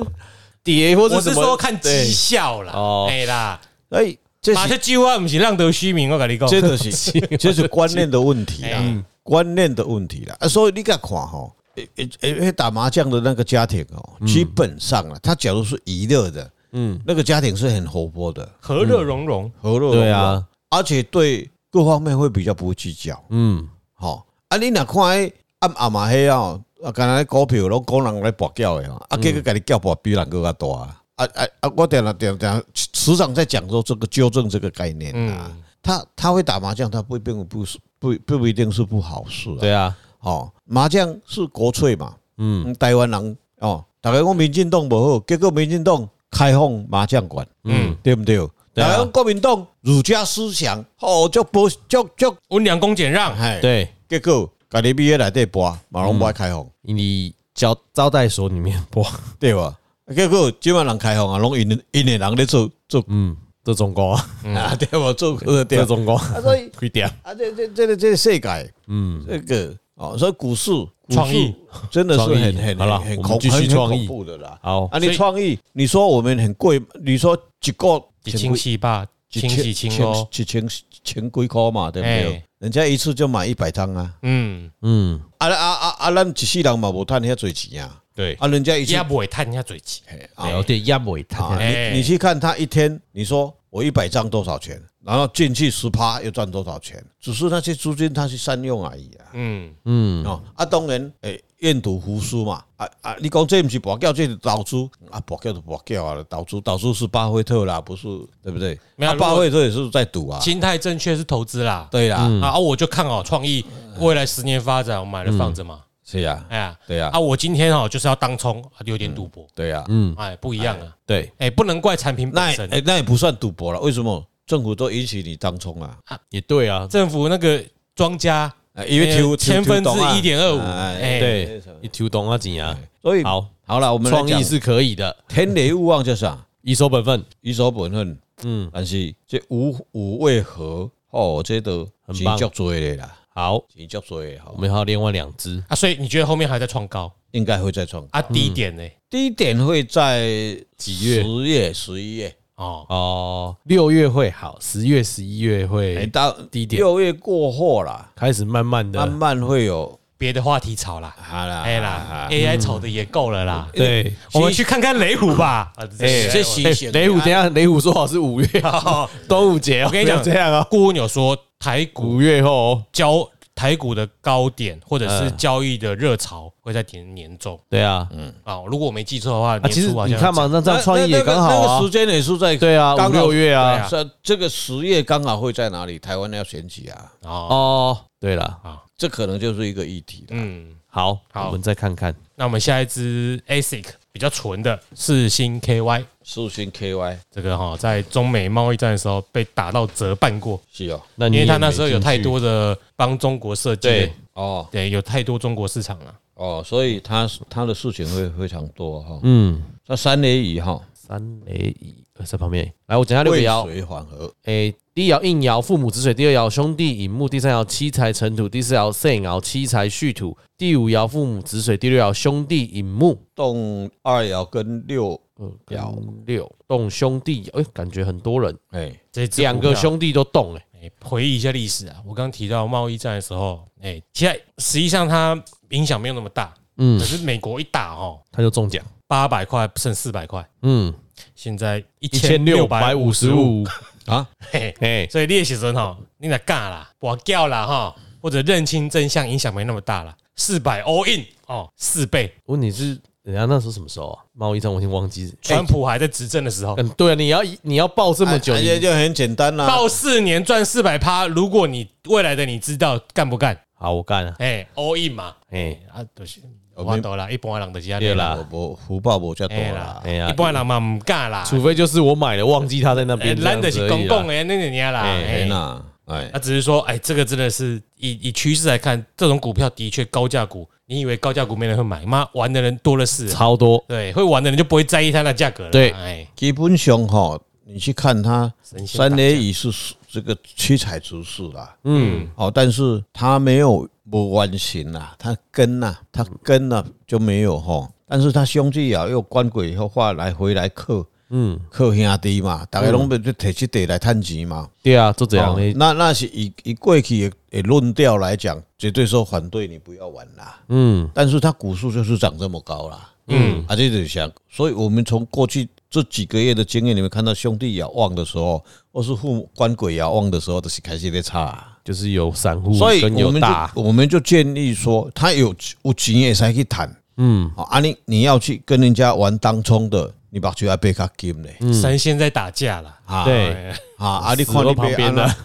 Speaker 2: 碟或者
Speaker 1: 我
Speaker 2: 什
Speaker 1: 是
Speaker 2: 么，
Speaker 1: 说看绩
Speaker 2: 对
Speaker 1: 效啦，
Speaker 2: 哦
Speaker 1: 哎啦，
Speaker 3: 哎、这
Speaker 1: 马
Speaker 3: 是
Speaker 1: 上计划不是浪得虚名，我跟你讲，
Speaker 3: 这就是 这是观念的问题啦，观念的问题啦。啊，所以你甲看吼，诶诶诶，打麻将的那个家庭哦，基本上啊，他假如是娱乐的，嗯，那个家庭是很活泼的，
Speaker 1: 和乐融
Speaker 2: 嗯
Speaker 1: 融。
Speaker 3: 和乐
Speaker 2: 对
Speaker 3: 融融，
Speaker 2: 啊，
Speaker 3: 而且对各方面会比较不会计较。
Speaker 2: 嗯，
Speaker 3: 吼、啊，你若看迄暗暗嘛迄哦，啊，敢若股票拢讲人来博缴的吼，啊，结果家己缴博比人更较大。啊啊啊！我点了点点，时常在讲说这个纠正这个概念啊，他他会打麻将，他不并不是不不不一定是不好事啊。
Speaker 2: 对啊，
Speaker 3: 哦，麻将是国粹嘛，
Speaker 2: 嗯
Speaker 3: 嗯，台湾人哦，大家讲民进党无好，结果民进党开放麻将馆，
Speaker 1: 嗯
Speaker 3: 嗯，对不对？
Speaker 2: 对啊
Speaker 3: 来用国民党儒家思想，哦，就不就就，
Speaker 1: 温良恭俭让，
Speaker 3: 哎，
Speaker 2: 对，
Speaker 3: 结果家己毕业内底播，嘛拢不爱开放，
Speaker 2: 你招招待所里面播，
Speaker 3: 对吧？结果即满人开放啊，拢因因的人咧做做
Speaker 2: 嗯，这中国啊，
Speaker 3: 啊， 对无做呃对
Speaker 2: 这。中国
Speaker 3: 啊，所以
Speaker 2: 亏点，
Speaker 3: 啊，这这这个这个世界，
Speaker 2: 嗯，
Speaker 3: 这个哦，所以股市股市
Speaker 1: 创意
Speaker 3: 真的是
Speaker 2: 创意
Speaker 3: 很很
Speaker 2: 好了我
Speaker 3: 很很
Speaker 2: 们
Speaker 3: 恐
Speaker 2: 继续
Speaker 3: 很很
Speaker 2: 创意
Speaker 3: 恐怖的啦。
Speaker 2: 好，
Speaker 3: 啊，
Speaker 1: 所
Speaker 3: 你
Speaker 1: 以
Speaker 3: 创意，你说我们很贵，你说一个
Speaker 1: 一清气吧，清洗清哦，
Speaker 3: 一千千几块嘛，对不
Speaker 1: 哎
Speaker 3: 对？人家一次就买一百趟啊，
Speaker 1: 嗯，
Speaker 2: 嗯，
Speaker 3: 啊啊啊啊，咱一世人嘛无赚遐多钱啊，
Speaker 1: 对，
Speaker 3: 啊，人家一次
Speaker 1: 也不会探一下嘴气，
Speaker 3: 啊
Speaker 2: 有点压尾
Speaker 3: 啊，
Speaker 2: 他，
Speaker 1: 哎
Speaker 3: 你你去看他一天，你说我一百张多少钱，然后进去十趴又赚多少钱，只是那些租金他去善用而已啊。
Speaker 1: 嗯，
Speaker 2: 嗯，
Speaker 3: 哦，啊，当然，诶，愿赌服输嘛，啊啊，你讲这不是博缴，这是投资啊，博缴就博缴啊，投资投资是巴菲特啦，不是对不对？
Speaker 1: 没有
Speaker 3: 啊
Speaker 1: 如果
Speaker 3: 巴菲特也是在赌啊，
Speaker 1: 心态正确是投资啦，
Speaker 3: 对啦，
Speaker 2: 嗯
Speaker 1: 啊，啊我就看好创意未来十年发展，我买了放着嘛，
Speaker 3: 是
Speaker 2: 嗯
Speaker 3: 呀，
Speaker 1: 哎呀，
Speaker 3: 对呀
Speaker 1: 啊，，我今天哦就是要当冲，啊有点赌博，
Speaker 3: 对呀，
Speaker 2: 嗯
Speaker 1: 哎，不一样啊，
Speaker 3: 对，
Speaker 1: 哎，不能怪产品
Speaker 3: 那
Speaker 1: 本
Speaker 3: 也
Speaker 1: 身，
Speaker 2: 哎
Speaker 3: 诶那也不算赌博了，为什么？政府都允许你当冲啊，
Speaker 2: 也对啊，
Speaker 1: 政府那个庄家
Speaker 3: 啊因为
Speaker 1: 哎
Speaker 3: 抽
Speaker 1: 千分之一，
Speaker 3: 抽抽动啊
Speaker 1: 点二五，
Speaker 3: 哎
Speaker 1: 哎，
Speaker 2: 对，你抽懂啊几啊，
Speaker 3: 所以
Speaker 2: 好，
Speaker 3: 好了，我们来
Speaker 2: 创意
Speaker 3: 讲
Speaker 2: 是可以的，
Speaker 3: 天雷勿忘就是啥，
Speaker 2: 一手本分，
Speaker 3: 以守本分，
Speaker 2: 嗯，
Speaker 3: 但是这无无为何哦，这都
Speaker 2: 很
Speaker 3: 钱
Speaker 2: 棒
Speaker 3: 足多的啦，
Speaker 2: 好，
Speaker 3: 钱足多的
Speaker 2: 我
Speaker 3: 吼，
Speaker 2: 们还有另外两只，
Speaker 1: 啊，所以你觉得后面还在创高
Speaker 3: 应该会再创。
Speaker 1: 啊？
Speaker 2: 嗯
Speaker 1: 低点呢？
Speaker 3: 第一点会在
Speaker 2: 几月
Speaker 3: 十月、十一月，
Speaker 1: 哦，
Speaker 2: 哦，六月会好，十月、十一月
Speaker 3: 哎，
Speaker 2: 会
Speaker 3: 到
Speaker 2: 低点
Speaker 3: 六月过后啦，
Speaker 2: 开始慢慢
Speaker 3: 慢
Speaker 2: 的，
Speaker 3: 慢会有
Speaker 1: 别的话题炒啦，
Speaker 3: 好
Speaker 2: 啊
Speaker 3: 啦，
Speaker 1: 哎啦，AI 炒的也够了啦，
Speaker 2: 嗯对，
Speaker 1: 我们去看看雷虎吧。啊，
Speaker 2: 哎
Speaker 1: 这是
Speaker 3: 是
Speaker 2: 哎
Speaker 3: 提醒
Speaker 2: 雷虎，等一下雷虎说好是五月 啊，端午节哦，
Speaker 1: 啊我跟你讲
Speaker 2: 不要这样啊，
Speaker 1: 顾问有说，台股
Speaker 2: 五月后哦，
Speaker 1: 交台股的高点或者
Speaker 2: 嗯
Speaker 1: 是交易的热潮会在年年中
Speaker 2: 对啊，
Speaker 1: 啊。如果我没记错的话，
Speaker 2: 啊，其实
Speaker 1: 年初好
Speaker 2: 你
Speaker 1: 像
Speaker 2: 看嘛，那这样创意也刚好
Speaker 3: 那那个
Speaker 2: 啊
Speaker 3: 时，间也是在
Speaker 2: 对啊，
Speaker 3: 刚
Speaker 2: 五
Speaker 3: 好
Speaker 2: 六月
Speaker 1: 对
Speaker 2: 啊
Speaker 1: 啊，
Speaker 3: 这这个十月刚好会在哪里？台湾要选举啊，
Speaker 1: 哦，
Speaker 2: 哦，对了，
Speaker 3: 这可能就是一个议题了。
Speaker 1: 嗯，
Speaker 2: 好，
Speaker 1: 好
Speaker 2: 我们再看看，
Speaker 1: 那我们下一支 ASIC 比较纯的四星 KY。
Speaker 3: 四星 KY
Speaker 1: 这个哈、在中美贸易战的时候被打到折半过，
Speaker 3: 是哦，
Speaker 2: 那
Speaker 1: 因
Speaker 2: 你
Speaker 1: 为他
Speaker 2: 也没
Speaker 1: 那时候有
Speaker 2: 进
Speaker 1: 太
Speaker 2: 去
Speaker 1: 多的帮中国设计的，
Speaker 2: 对
Speaker 3: 哦
Speaker 1: 对，有太多中国市场了。
Speaker 3: 哦，所以他他的事情会非常多哈。
Speaker 2: 嗯，
Speaker 3: 那三雷雨哈，
Speaker 2: 三雷一呃在旁边，来我讲下六个
Speaker 3: 渭
Speaker 2: 爻，
Speaker 3: 水缓和，
Speaker 2: 诶，第一爻应爻父母子水，第二爻兄弟引木，第三爻七财成土，第四爻肾爻七财戌土，第五爻父母子水，第六爻兄弟引木，
Speaker 3: 动二爻跟六
Speaker 2: 呃，
Speaker 3: 爻
Speaker 2: 六动兄弟，哎，感觉很多人，
Speaker 3: 哎，
Speaker 1: 这支
Speaker 2: 两
Speaker 1: 股
Speaker 2: 个
Speaker 1: 票
Speaker 2: 兄弟都动哎，
Speaker 1: 哎回忆一下历史啊，我刚提到贸易战的时候，哎、其实实际上它影响没有那么大，
Speaker 2: 嗯
Speaker 1: 可，是美国一打哦，
Speaker 2: 他就中奖，
Speaker 1: 八百块剩四百块，
Speaker 2: 嗯，
Speaker 1: 现在一
Speaker 2: 一千
Speaker 1: 千
Speaker 2: 六
Speaker 1: 六
Speaker 2: 百
Speaker 1: 百
Speaker 2: 五
Speaker 1: 五
Speaker 2: 十
Speaker 1: 十五，
Speaker 2: 五
Speaker 3: 啊，
Speaker 1: 嘿，
Speaker 2: 哎，
Speaker 1: 所以列时阵吼，你若干啦，我掉啦哈，或者认清真相，影响没那么大啦。四百 all in 哦，四倍，
Speaker 2: 问题是人家那时候什么时候啊？贸易战我已经忘记，
Speaker 1: 川普还在执政的时候，
Speaker 2: 嗯，对啊，你要你要报这么久，
Speaker 3: 哎
Speaker 2: 你
Speaker 3: 哎就很简单啦。
Speaker 1: 到四年赚四百趴，如果你未来的你知道干不干？
Speaker 2: 好，我干了，
Speaker 1: 哎、a l l in 嘛，
Speaker 2: 哎，
Speaker 1: 啊，就是
Speaker 3: 我
Speaker 1: 我
Speaker 3: 们
Speaker 1: 懂啦，一般人就是安尼
Speaker 2: 对
Speaker 1: 啦，
Speaker 2: 啦，
Speaker 3: 我我福报无遮多
Speaker 1: 哎
Speaker 3: 啦
Speaker 1: 啦，
Speaker 2: 哎呀
Speaker 1: 一，般人嘛唔敢啦，
Speaker 2: 除非就是我买了忘记他在那
Speaker 1: 哎
Speaker 2: 边，
Speaker 1: 咱
Speaker 2: 的
Speaker 1: 就是公共的那个年啦，
Speaker 3: 哎
Speaker 1: 哎，
Speaker 3: 呐，哎
Speaker 1: 他，只是说，哎，这个真的是以以趋势来看，这种股票的确高价股，你以为高价股没人会买，妈玩的人多了是，啊
Speaker 2: 超多，
Speaker 1: 对，会玩的人就不会在意它的价格了，
Speaker 2: 对
Speaker 1: 哎，
Speaker 3: 基本上哈，你去看它
Speaker 1: 神仙打架
Speaker 3: 三雷雨是这个七彩之势啦，
Speaker 2: 嗯，
Speaker 3: 哦，但是它没有不完形啊啦，它根呐，它根呐啊就没有哈，但是它兄弟啊又官鬼以后话来回来克。
Speaker 2: 嗯，
Speaker 3: 靠兄弟嘛，大家拢要去摕起地来趁钱嘛。
Speaker 2: 对啊，就这样
Speaker 3: 哦
Speaker 2: 诶，
Speaker 3: 那那是以以过去的的论调来讲，绝对说反对你不要玩啦。
Speaker 2: 嗯
Speaker 3: 但是它股数就是涨这么高啦，
Speaker 1: 嗯
Speaker 3: 啊，这就是想，所以我们从过去这几个月的经验里面看到，兄弟要旺的时候，或是父母官鬼要旺的时候，都是开始在差啊。
Speaker 2: 就是有散户
Speaker 3: 所以
Speaker 2: 跟
Speaker 3: 我
Speaker 2: 有
Speaker 3: 们
Speaker 2: 大，哎
Speaker 3: 就我们就建议说，他有有钱也才去谈
Speaker 2: 嗯，
Speaker 3: 哦啊，你你要去跟人家玩当冲的，你把就要被他金嘞
Speaker 2: 嗯
Speaker 1: 神仙在打架啦，
Speaker 3: 啊，
Speaker 2: 对，
Speaker 3: 啊啊，你
Speaker 2: 死
Speaker 3: 看
Speaker 2: 路
Speaker 3: 你
Speaker 2: 旁
Speaker 3: 被
Speaker 2: 边
Speaker 3: 安
Speaker 2: 的
Speaker 3: 了，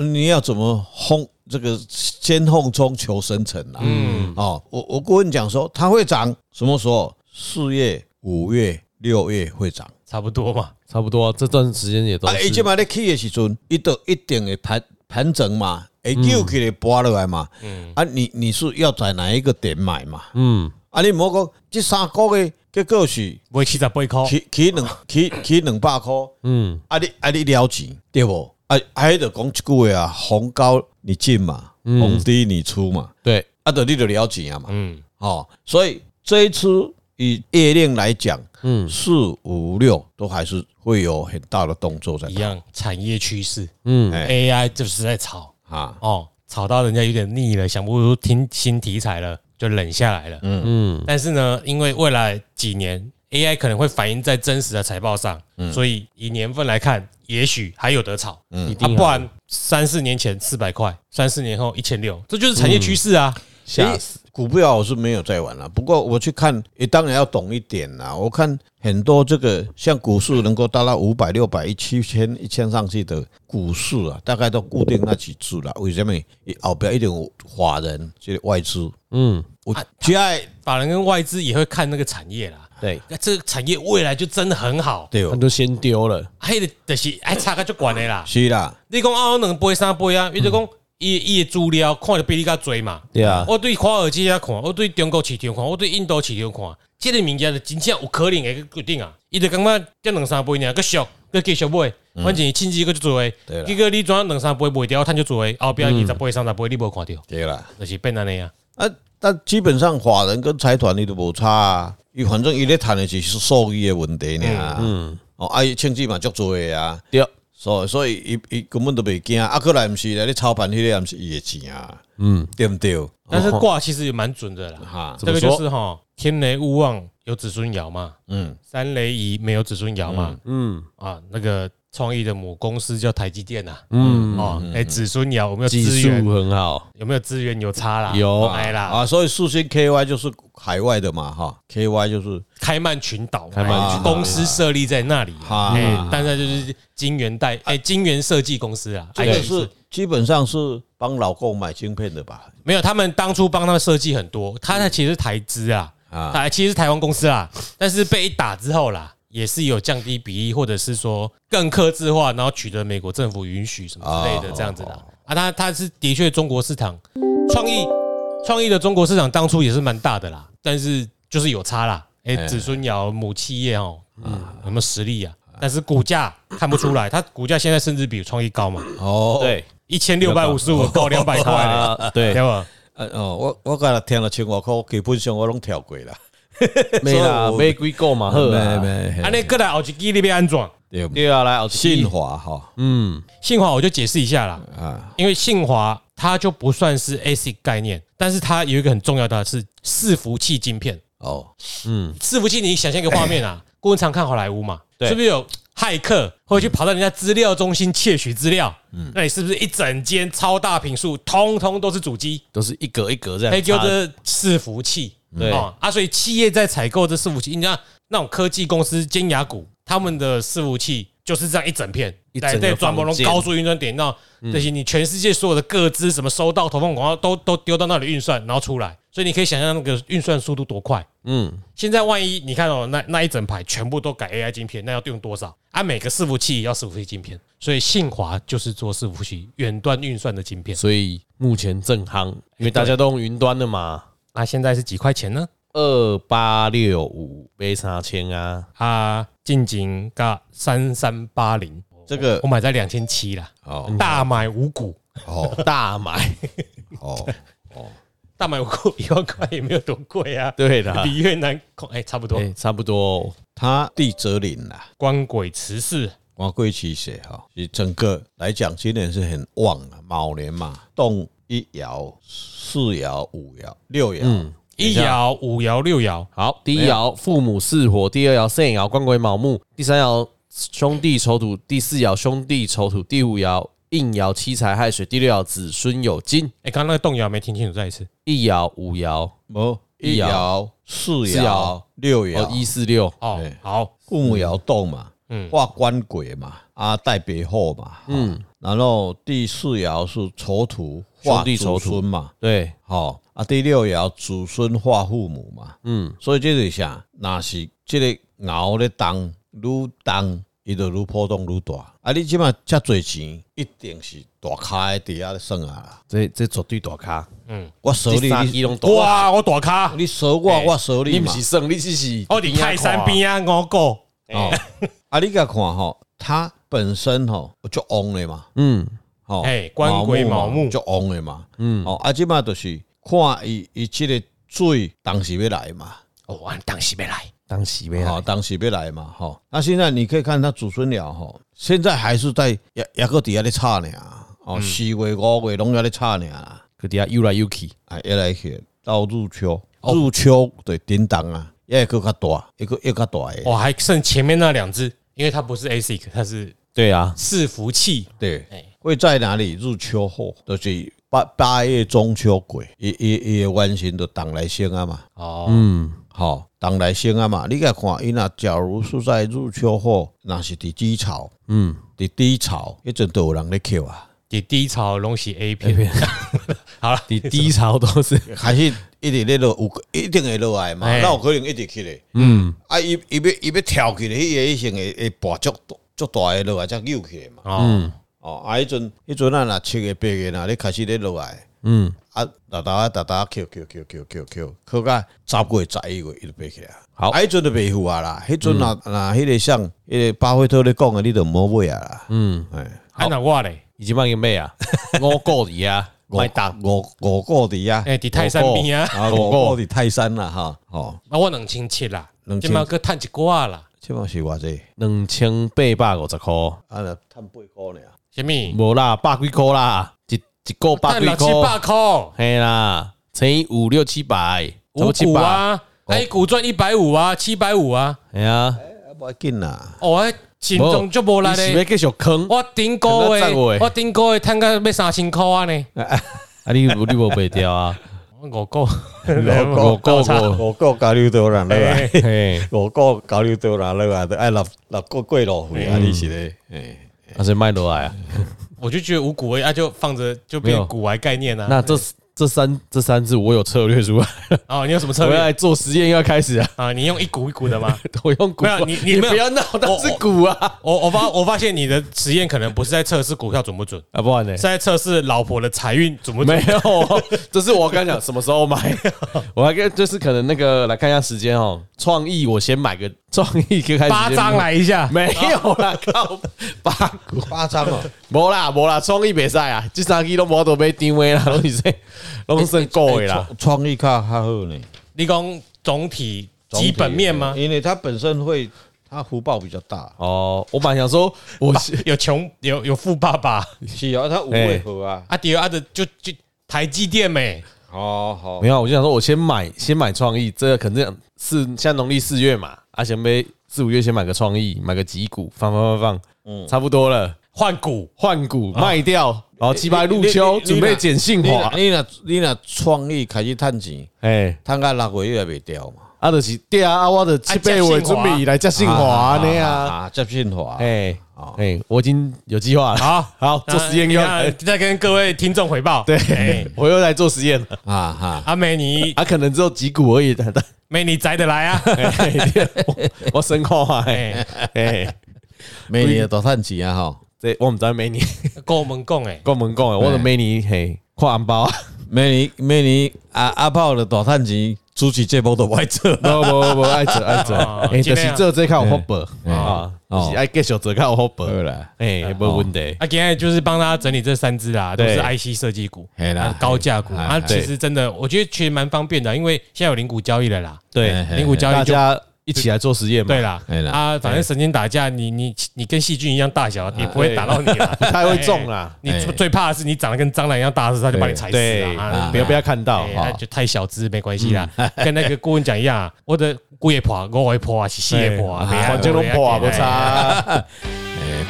Speaker 3: 你要怎么轰这个先轰中求生存啊？
Speaker 1: 嗯，
Speaker 3: 哦，我我跟你讲说，它会涨，什么时候？四月、五月、六月会涨，
Speaker 1: 差不多嘛。
Speaker 2: 差不多、啊、哎这段时间也都
Speaker 3: 啊，伊即
Speaker 2: 是。
Speaker 3: 摆咧起的时阵，伊都一定会盘盘整嘛，会扭起来拔落来嘛。啊，你你是要在哪一个点买嘛？
Speaker 2: 嗯，
Speaker 3: 啊，你莫讲这三个月结果是
Speaker 1: 不会七十八块，
Speaker 2: 哦
Speaker 3: 起起两起起两百箍，
Speaker 2: 嗯，
Speaker 3: 啊你啊你了钱对无？啊，啊，迄就讲一句话啊，红高你进嘛，红低你出嘛，
Speaker 2: 对，
Speaker 3: 啊，就你就了钱啊嘛。
Speaker 1: 嗯，
Speaker 3: 哦，所以这一次以业令来讲，嗯，四五六都还是会有很大的动作在
Speaker 1: 一，样产业趋势
Speaker 2: 嗯
Speaker 3: 哎
Speaker 1: ，AI 就是在炒
Speaker 3: 啊，
Speaker 1: 哦，炒到人家有点腻了，想不如听新题材了，就冷下来了。
Speaker 2: 嗯
Speaker 1: 但是呢，因为未来几年 AI 可能会反映在真实的财报上，所以以年份来看，也许还有得炒。嗯，啊，不然三四年前四百块，三四年后一千六，这就是产
Speaker 2: 嗯
Speaker 1: 业趋势啊。
Speaker 3: 吓死！股票我是没有在玩了，不过我去看，也当然要懂一点啦。我看很多这个像股市能够达到五百、六百、一七千、一千上去的股市啊，大概都固定那几只了。为什么？它后边一定有法人，这个外资，
Speaker 2: 嗯，
Speaker 3: 我只爱
Speaker 1: 法人跟外资也会看那个产业啦。
Speaker 3: 对
Speaker 1: 那这个产业未来就真的很好，
Speaker 3: 对
Speaker 2: 他
Speaker 3: 哦，
Speaker 2: 都先丢了，
Speaker 1: 还得就是哎差个就管的啦。
Speaker 3: 是啦，
Speaker 1: 你讲啊，我两杯三杯啊，伊就
Speaker 3: 嗯
Speaker 1: 讲伊伊的资料看得比你较多嘛。
Speaker 2: 对啊，
Speaker 1: 我对华尔街啊看，我对中国市场看，我对印度市场看，这个物件就真正有可能会决定啊。伊就感觉这两三杯尔，佮俗，佮继续买，反正趁钱佮就做诶
Speaker 3: 嗯对。啦嗯
Speaker 1: 结果你转两三杯卖掉，趁就做诶，后壁二十杯、三十杯你无看到，
Speaker 3: 对啦。
Speaker 1: 就是变安尼啊。
Speaker 3: 啊，但基本上法人跟财团你都无差啊，伊反正伊咧谈的是数据的问题尔，嗯，哦，啊，伊经济嘛足多的啊，
Speaker 2: 对，
Speaker 3: 所以所以伊伊根本都袂惊，啊，过来毋是来咧操盘迄个也毋是伊的钱啊，
Speaker 2: 嗯，
Speaker 3: 对毋对？哦
Speaker 1: 但是卦其实也蛮准的啦。
Speaker 3: 哈，
Speaker 1: 这个就是哈，天雷勿忘有子孙爻嘛，
Speaker 3: 嗯，
Speaker 1: 三雷移没有子孙爻嘛，
Speaker 2: 嗯
Speaker 1: 啊，那个创意的母公司叫台积电呐、啊，
Speaker 2: 嗯，
Speaker 1: 哦，哎、子孙爻有没有
Speaker 2: 技
Speaker 1: 资
Speaker 2: 术
Speaker 1: 源？
Speaker 2: 很好，
Speaker 1: 有没有资源有差啦？
Speaker 2: 有
Speaker 1: 哎啦，
Speaker 3: 啊，所以四星 KY 就是海外的嘛，哈，KY 就是
Speaker 1: 开曼群岛嘛，哎
Speaker 2: 开曼
Speaker 3: 群岛
Speaker 1: 公司设立在那里，
Speaker 3: 哈
Speaker 2: 嗯
Speaker 1: 哎，但是就是金源
Speaker 2: 啊
Speaker 1: 代，哎，金源设计公司啊，
Speaker 3: 这
Speaker 1: 哎
Speaker 3: 个是基本上是帮老公买晶片的吧？
Speaker 1: 没有，他们当初帮他们设计很多，他
Speaker 2: 嗯
Speaker 1: 那其实是台资啊，
Speaker 3: 啊
Speaker 1: 台其实是台湾公司啦，但是被一打之后啦，也是有降低比例，或者是说更克制化，然后取得美国政府允许什么之类的
Speaker 3: 哦
Speaker 1: 这样子啦。啊，他他是的确中国市场创意创意的中国市场当初也是蛮大的啦，但是就是有差啦。哎，子孙爻母企业哦，有没有实力啊？但是股价看不出来，它股价现在甚至比创意高嘛，
Speaker 3: 哦，，
Speaker 2: 对，
Speaker 1: 一千六百五十五高两百块嘞，
Speaker 2: 啊，
Speaker 1: 对
Speaker 2: 对，
Speaker 1: 吧？
Speaker 3: 呃，哦，我我刚才听了千外块，基本上我拢跳过啦，
Speaker 2: 没啦，
Speaker 3: 所以我
Speaker 2: 没归购嘛，呵，
Speaker 3: 没
Speaker 1: 啊，那过来后一季你要安怎？
Speaker 3: 对不对，
Speaker 2: 对啊，来，我
Speaker 3: 信，华哈
Speaker 2: 嗯
Speaker 1: 信华我就解释一下啦，
Speaker 3: 啊。
Speaker 1: 因为信华它就不算是 ASIC 概念，但是它有一个很重要的是伺服器晶片。
Speaker 3: 哦，
Speaker 2: 嗯，
Speaker 1: 伺服器你想象一个画面 啊，郭文常看好莱坞嘛，
Speaker 2: 对
Speaker 1: 是不是有骇客会去跑到人家资料中心窃取资料？
Speaker 2: 嗯
Speaker 1: 那你是不是一整间超大屏数，通通都是主机？
Speaker 2: 都哎是一格一格这
Speaker 1: 还
Speaker 2: 样
Speaker 1: 叫
Speaker 2: 插
Speaker 1: 做
Speaker 2: 的，
Speaker 1: 伺服器，
Speaker 2: 对
Speaker 1: 哦啊，所以企业在采购这伺服器，你知道那种科技公司尖牙股，他们的伺服器就是这样一整片，
Speaker 2: 一整个
Speaker 1: 对转播
Speaker 2: 房
Speaker 1: 龙
Speaker 2: 间嗯
Speaker 1: 高速运算点到这些，你全世界所有的各资什么收到投放广告都都丢到那里运算，然后出来，所以你可以想象那个运算速度多快。
Speaker 2: 嗯，
Speaker 1: 现在万一你看哦，那那一整排全部都改 AI 晶片，那要用多少？啊，每个伺服器也要伺服器晶片，所以信华就是做伺服器远端运算的晶片。
Speaker 2: 所以目前正夯，因为大家都用云端的嘛，
Speaker 1: 那、啊现在是几块钱呢？
Speaker 2: 二八六五杯三千啊，
Speaker 1: 啊，进景噶三三八零，
Speaker 3: 这个
Speaker 2: 哦
Speaker 1: 我买在两千七啦，
Speaker 2: 嗯
Speaker 3: 哦
Speaker 1: 大买五股，
Speaker 3: 哦
Speaker 2: 大买，
Speaker 3: 哦，
Speaker 1: 大买五股一万块也没有多贵啊，
Speaker 2: 对的，
Speaker 1: 比越南空哎差不多。
Speaker 2: 哎，差不多，
Speaker 3: 他地泽岭啦，
Speaker 1: 官鬼慈氏
Speaker 3: 王贵奇写哈，是整个来讲今年是很旺啊，卯年嘛，动一爻、四爻、五爻、六
Speaker 2: 嗯
Speaker 3: 爻，
Speaker 1: 一爻、五爻、六爻，
Speaker 2: 好，第一爻父母是火，第二爻肾爻官鬼卯木，第三爻兄弟丑土，第四爻兄弟丑土，第五爻应爻七财亥水，第六爻子孙有金。
Speaker 1: 哎，刚刚那个动爻没听清楚，再一次。
Speaker 2: 一爻五爻
Speaker 3: 无一爻、四
Speaker 2: 四爻
Speaker 3: 爻、六
Speaker 2: 哦，一
Speaker 3: 爻，
Speaker 2: 四六
Speaker 1: 哦
Speaker 3: 对，
Speaker 1: 好，
Speaker 3: 父母爻动嘛，
Speaker 1: 嗯
Speaker 3: 化官鬼嘛，啊代别后嘛，嗯，然后第四爻是丑土
Speaker 2: 兄
Speaker 3: 化
Speaker 2: 弟
Speaker 3: 祖
Speaker 2: 丑土
Speaker 3: 孙嘛，
Speaker 2: 对，
Speaker 3: 好、啊，第六爻子孙化父母嘛，
Speaker 2: 嗯
Speaker 3: 啊所以这就是啥，若是这个牛咧动，愈重，伊就愈波动愈大。啊，你即马遮侪钱，一定是大咖的伫遐咧算啊啦。
Speaker 2: 这这绝对大咖，
Speaker 3: 我锁
Speaker 2: 这
Speaker 3: 你，
Speaker 2: 三支
Speaker 3: 你
Speaker 2: 拢大咖，
Speaker 1: 哇，我大咖，
Speaker 3: 你锁我，我锁你
Speaker 2: 你不
Speaker 3: 嘛。
Speaker 2: 是胜，你只是
Speaker 1: 我伫哦泰山边啊，我狗，
Speaker 3: 哦，
Speaker 1: 哎
Speaker 3: 啊，你甲看吼，他本身吼就旺的嘛，哦
Speaker 2: 嗯，
Speaker 3: 吼
Speaker 1: 嘿，哎官鬼卯木，
Speaker 3: 就旺的嘛，嗯，哦，啊，即马就是看伊伊即个水当时要来嘛，
Speaker 1: 哦，我当时要来，
Speaker 2: 当时
Speaker 1: 哎
Speaker 2: 啊没
Speaker 3: 好，
Speaker 2: 好，
Speaker 3: 当时要来嘛，吼。那现在你可以看他祖孙俩吼，现在还是在雅雅各底下咧吵呢
Speaker 1: 嗯
Speaker 3: 哦，四月五月拢在咧吵呢啊，
Speaker 2: 佮底下游来游去，
Speaker 3: 一来去到入秋，
Speaker 1: 哦
Speaker 3: 入秋对叮当啊，也个较大，一个一个较大诶，
Speaker 1: 哇，还剩前面那两只，因为它不是 ASIC，它是
Speaker 2: 对啊，
Speaker 1: 伺服器，
Speaker 3: 对
Speaker 1: 哎，
Speaker 3: 会在哪里入秋后，就是八八月中秋过，伊伊伊的完成就当来先啊嘛，
Speaker 1: 哦，
Speaker 2: 嗯，
Speaker 3: 吼、当来先啊嘛，你甲看伊若假如是在入秋后，若是伫低潮，
Speaker 2: 嗯，
Speaker 3: 伫低潮，迄阵都有人咧扣啊。
Speaker 1: 伫低潮拢是 A 片， 好了，
Speaker 2: 你低潮都 是，
Speaker 3: 还是一直咧落，有一定会落来嘛，
Speaker 1: 哎
Speaker 3: 那有可能一直起来。
Speaker 2: 嗯，
Speaker 3: 啊，伊伊要伊要跳起来，迄个一定会会跋足大足大个落来，才扭起来嘛。
Speaker 1: 哦，
Speaker 3: 哦，啊，迄阵迄阵啊，若七个八个若咧开始咧落来，
Speaker 2: 嗯，
Speaker 3: 啊，哒哒哒啊哒，扣扣扣扣扣扣，扣到十月十一月伊就爬起来。
Speaker 2: 好
Speaker 3: 啊，迄阵就袂赴啊啦，迄
Speaker 1: 嗯
Speaker 3: 阵若若迄个像迄个巴菲特咧讲的，你就毋好买啊啦。
Speaker 2: 嗯，
Speaker 3: 哎，
Speaker 1: 啊那我嘞，
Speaker 2: 已经卖个妹 啊，我够你啊，卖打
Speaker 3: 五五个伫啊，
Speaker 1: 哎，伫泰山边啊，
Speaker 3: 啊，五 个伫泰山啦哈，哦，
Speaker 1: 啊我两千七啦，
Speaker 3: 两
Speaker 1: 即
Speaker 3: 千
Speaker 1: 马搁趁一寡啦，
Speaker 3: 即嘛是偌济。
Speaker 2: 两千八百五十块，
Speaker 3: 啊，若趁八箍尔。
Speaker 1: 什么？
Speaker 2: 无啦，百几块啦，一一个百
Speaker 1: 趁
Speaker 2: 几
Speaker 1: 六七
Speaker 2: 块
Speaker 1: 百，块。
Speaker 2: 嘿啦，乘以五六七百，哦
Speaker 1: 五
Speaker 2: 差不
Speaker 1: 股
Speaker 2: 多700，
Speaker 1: 啊，哎，股赚一百五啊，七百五啊，
Speaker 2: 哎呀，
Speaker 3: 啊，无要 紧啦，
Speaker 1: 哦，哎，钱总就无力
Speaker 2: 哦你是要
Speaker 1: 嘞。哦
Speaker 2: 继续坑？
Speaker 1: 我顶个
Speaker 2: 可能
Speaker 1: 月，
Speaker 2: 赞我的
Speaker 1: 我顶个月趁个要三千箍啊呢，
Speaker 2: 啊，你有你无卖 掉啊？
Speaker 1: 我够，
Speaker 2: 五个五
Speaker 3: 五个交流多人落来，
Speaker 2: 个， 嘿，
Speaker 3: 五个交流多人落来，都爱六六个过路费
Speaker 2: 嗯
Speaker 3: 啊，你是咧，诶，
Speaker 2: 啊，所以卖落来啊。
Speaker 1: 我就觉得无股癌啊，就放着就
Speaker 2: 没
Speaker 1: 变
Speaker 2: 有
Speaker 1: 股癌概念啊。
Speaker 2: 那这这三这三只我有策略出来，
Speaker 1: 哦，你有什么 策
Speaker 2: 我要
Speaker 1: 略
Speaker 2: 来做实验，又要开始啊！
Speaker 1: 啊？你用一股一股的吗？
Speaker 2: 我用股
Speaker 1: 没有
Speaker 2: 啊，
Speaker 1: 你你没有
Speaker 2: 不要闹，那是股啊！
Speaker 1: 我我发我发现你的实验可能不是在测试股票准不准，
Speaker 2: 啊，不然呢
Speaker 1: 是？在测试老婆的财运准不准
Speaker 2: 没。有， 这是我刚讲什么时候 买，我还跟就是可能那个来看一下时间哦。创意我先买个 创意，就开始
Speaker 1: 八
Speaker 2: 先
Speaker 1: 张来一下，
Speaker 2: 没有 啦，靠八股，
Speaker 3: 八张 哦，
Speaker 2: 无啦无啦，创意比赛啊，这三支都无都被定位啦，拢是 说拢算够的啦。
Speaker 3: 创创意较较好呢，
Speaker 1: 你讲总体
Speaker 3: 总体
Speaker 1: 基本面吗？
Speaker 3: 因为它本身会，它福报比较大，
Speaker 2: 哦，我本来想说我是
Speaker 1: 有穷有有富爸爸。
Speaker 3: 是啊，它五位合啊，
Speaker 1: 啊，第二啊的就就台积电没，
Speaker 3: 好好
Speaker 2: 哦没，有，啊我就想说，我先买，先买创意，这个肯定是现在农历四月嘛，啊，先呗，四五月先买个创意，买个几股，放放放放，
Speaker 3: 嗯
Speaker 2: 差不多了，
Speaker 1: 换股
Speaker 2: 换股卖掉，然后七百入
Speaker 3: 你
Speaker 2: 秋，
Speaker 3: 啊你
Speaker 2: 准备捡信
Speaker 3: 你若
Speaker 2: 华，
Speaker 3: 你若你若创意开始趁钱，
Speaker 2: 哎，
Speaker 3: 趁到六月也袂掉嘛，
Speaker 2: 啊，就是对啊，啊，我的七倍我准备来加信
Speaker 3: 啊
Speaker 2: 华啊那样，，
Speaker 3: 接信华，
Speaker 2: 哎，哎，我已经有计划了，
Speaker 1: 好
Speaker 2: 好做实验
Speaker 1: 那
Speaker 2: 又
Speaker 1: 那啊再跟各位听众汇报。哎
Speaker 2: 对， 我又来做实验了，
Speaker 3: 啊哈，
Speaker 1: 阿美你
Speaker 2: 啊，可能只有几股而已， 但但
Speaker 1: 美你宅得来啊，
Speaker 2: 我我生化化，哎
Speaker 1: 哎，
Speaker 2: 哎，
Speaker 3: 每年都趁钱啊吼。
Speaker 2: 这我们在美女。
Speaker 1: 跟我们讲哎，
Speaker 2: 跟我们讲诶，我的美女嘿，看红包啊，
Speaker 3: 明年明年阿啊阿炮的大趁钱，主持节目都不爱做。
Speaker 2: 无无无爱做爱做，
Speaker 1: 哦
Speaker 2: 诶，
Speaker 1: 尽
Speaker 2: 就
Speaker 1: 量
Speaker 2: 是做这较有福报啊
Speaker 3: 哦，
Speaker 2: 就是爱继续做较有福报
Speaker 3: 好啦，
Speaker 2: 诶，无问题，
Speaker 1: 啊，今天就是帮大家整理这三只啦，都是
Speaker 2: 对
Speaker 1: IC 设计股，
Speaker 3: 嘿啦
Speaker 1: 啊高价股
Speaker 3: 嘿
Speaker 1: 啊，
Speaker 3: 嘿
Speaker 1: 其实真的我觉得其实蛮方便的，因为现在有零股交易了啦，
Speaker 2: 对
Speaker 3: 嘿，嘿
Speaker 1: 零股交
Speaker 2: 大
Speaker 1: 易就。
Speaker 2: 家一起来做实验嘛，
Speaker 1: 对，啦
Speaker 3: 嘿，啦
Speaker 1: 啊，反正神经打架，你你你跟细菌一样大小，也不会打到你啊啦，
Speaker 2: 太会中啦，
Speaker 1: 你
Speaker 3: 哎
Speaker 1: 最最怕的是你长得跟蟑螂一样大只，他就把你踩死
Speaker 2: 对
Speaker 1: 了啊！
Speaker 2: 啊，不要嗯被他看到
Speaker 1: 哎那
Speaker 2: 哈，
Speaker 1: 就太小只没关系啦， 跟那个顾问讲一样啊，我的龟也破，我也破啊，是蟹也破啊，
Speaker 2: 哎
Speaker 1: 反
Speaker 2: 反正
Speaker 1: 正
Speaker 2: 拢破啊，无。差，
Speaker 3: 哎，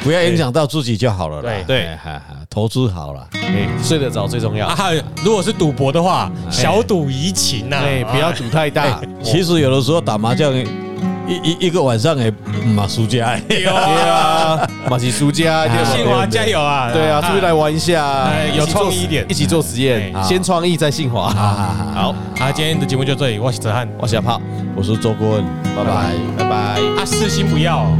Speaker 3: 不要影响到自己就好了啦。
Speaker 2: 对对
Speaker 3: 哎哈哈投资好了。
Speaker 2: 哎睡得着最重要
Speaker 1: 啊，，还有如果是赌博的话，小赌怡情啊呐，
Speaker 2: 哎，不要赌太大，哦
Speaker 3: 其实有的时候打麻将，一一一个晚上也嗯嘛输家。
Speaker 1: 丢
Speaker 2: 对
Speaker 1: 啊！
Speaker 2: 啊，马是输家，对吧
Speaker 1: 信哎华加油啊！
Speaker 2: 对啊，出去来玩一下
Speaker 1: 哎，有
Speaker 2: 一起做
Speaker 1: 创意一点
Speaker 2: 一起做实验，
Speaker 1: 哎
Speaker 2: 先创意再信华，好，
Speaker 1: 好，啊今天的节目就这里，我是哲翰
Speaker 2: 我是阿炮，
Speaker 3: 我是周顾问，拜拜。
Speaker 2: 拜拜。
Speaker 1: 啊，四星不要哦。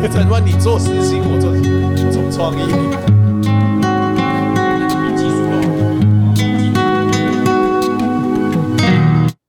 Speaker 2: 陈湾，你做事情，我做我做创意。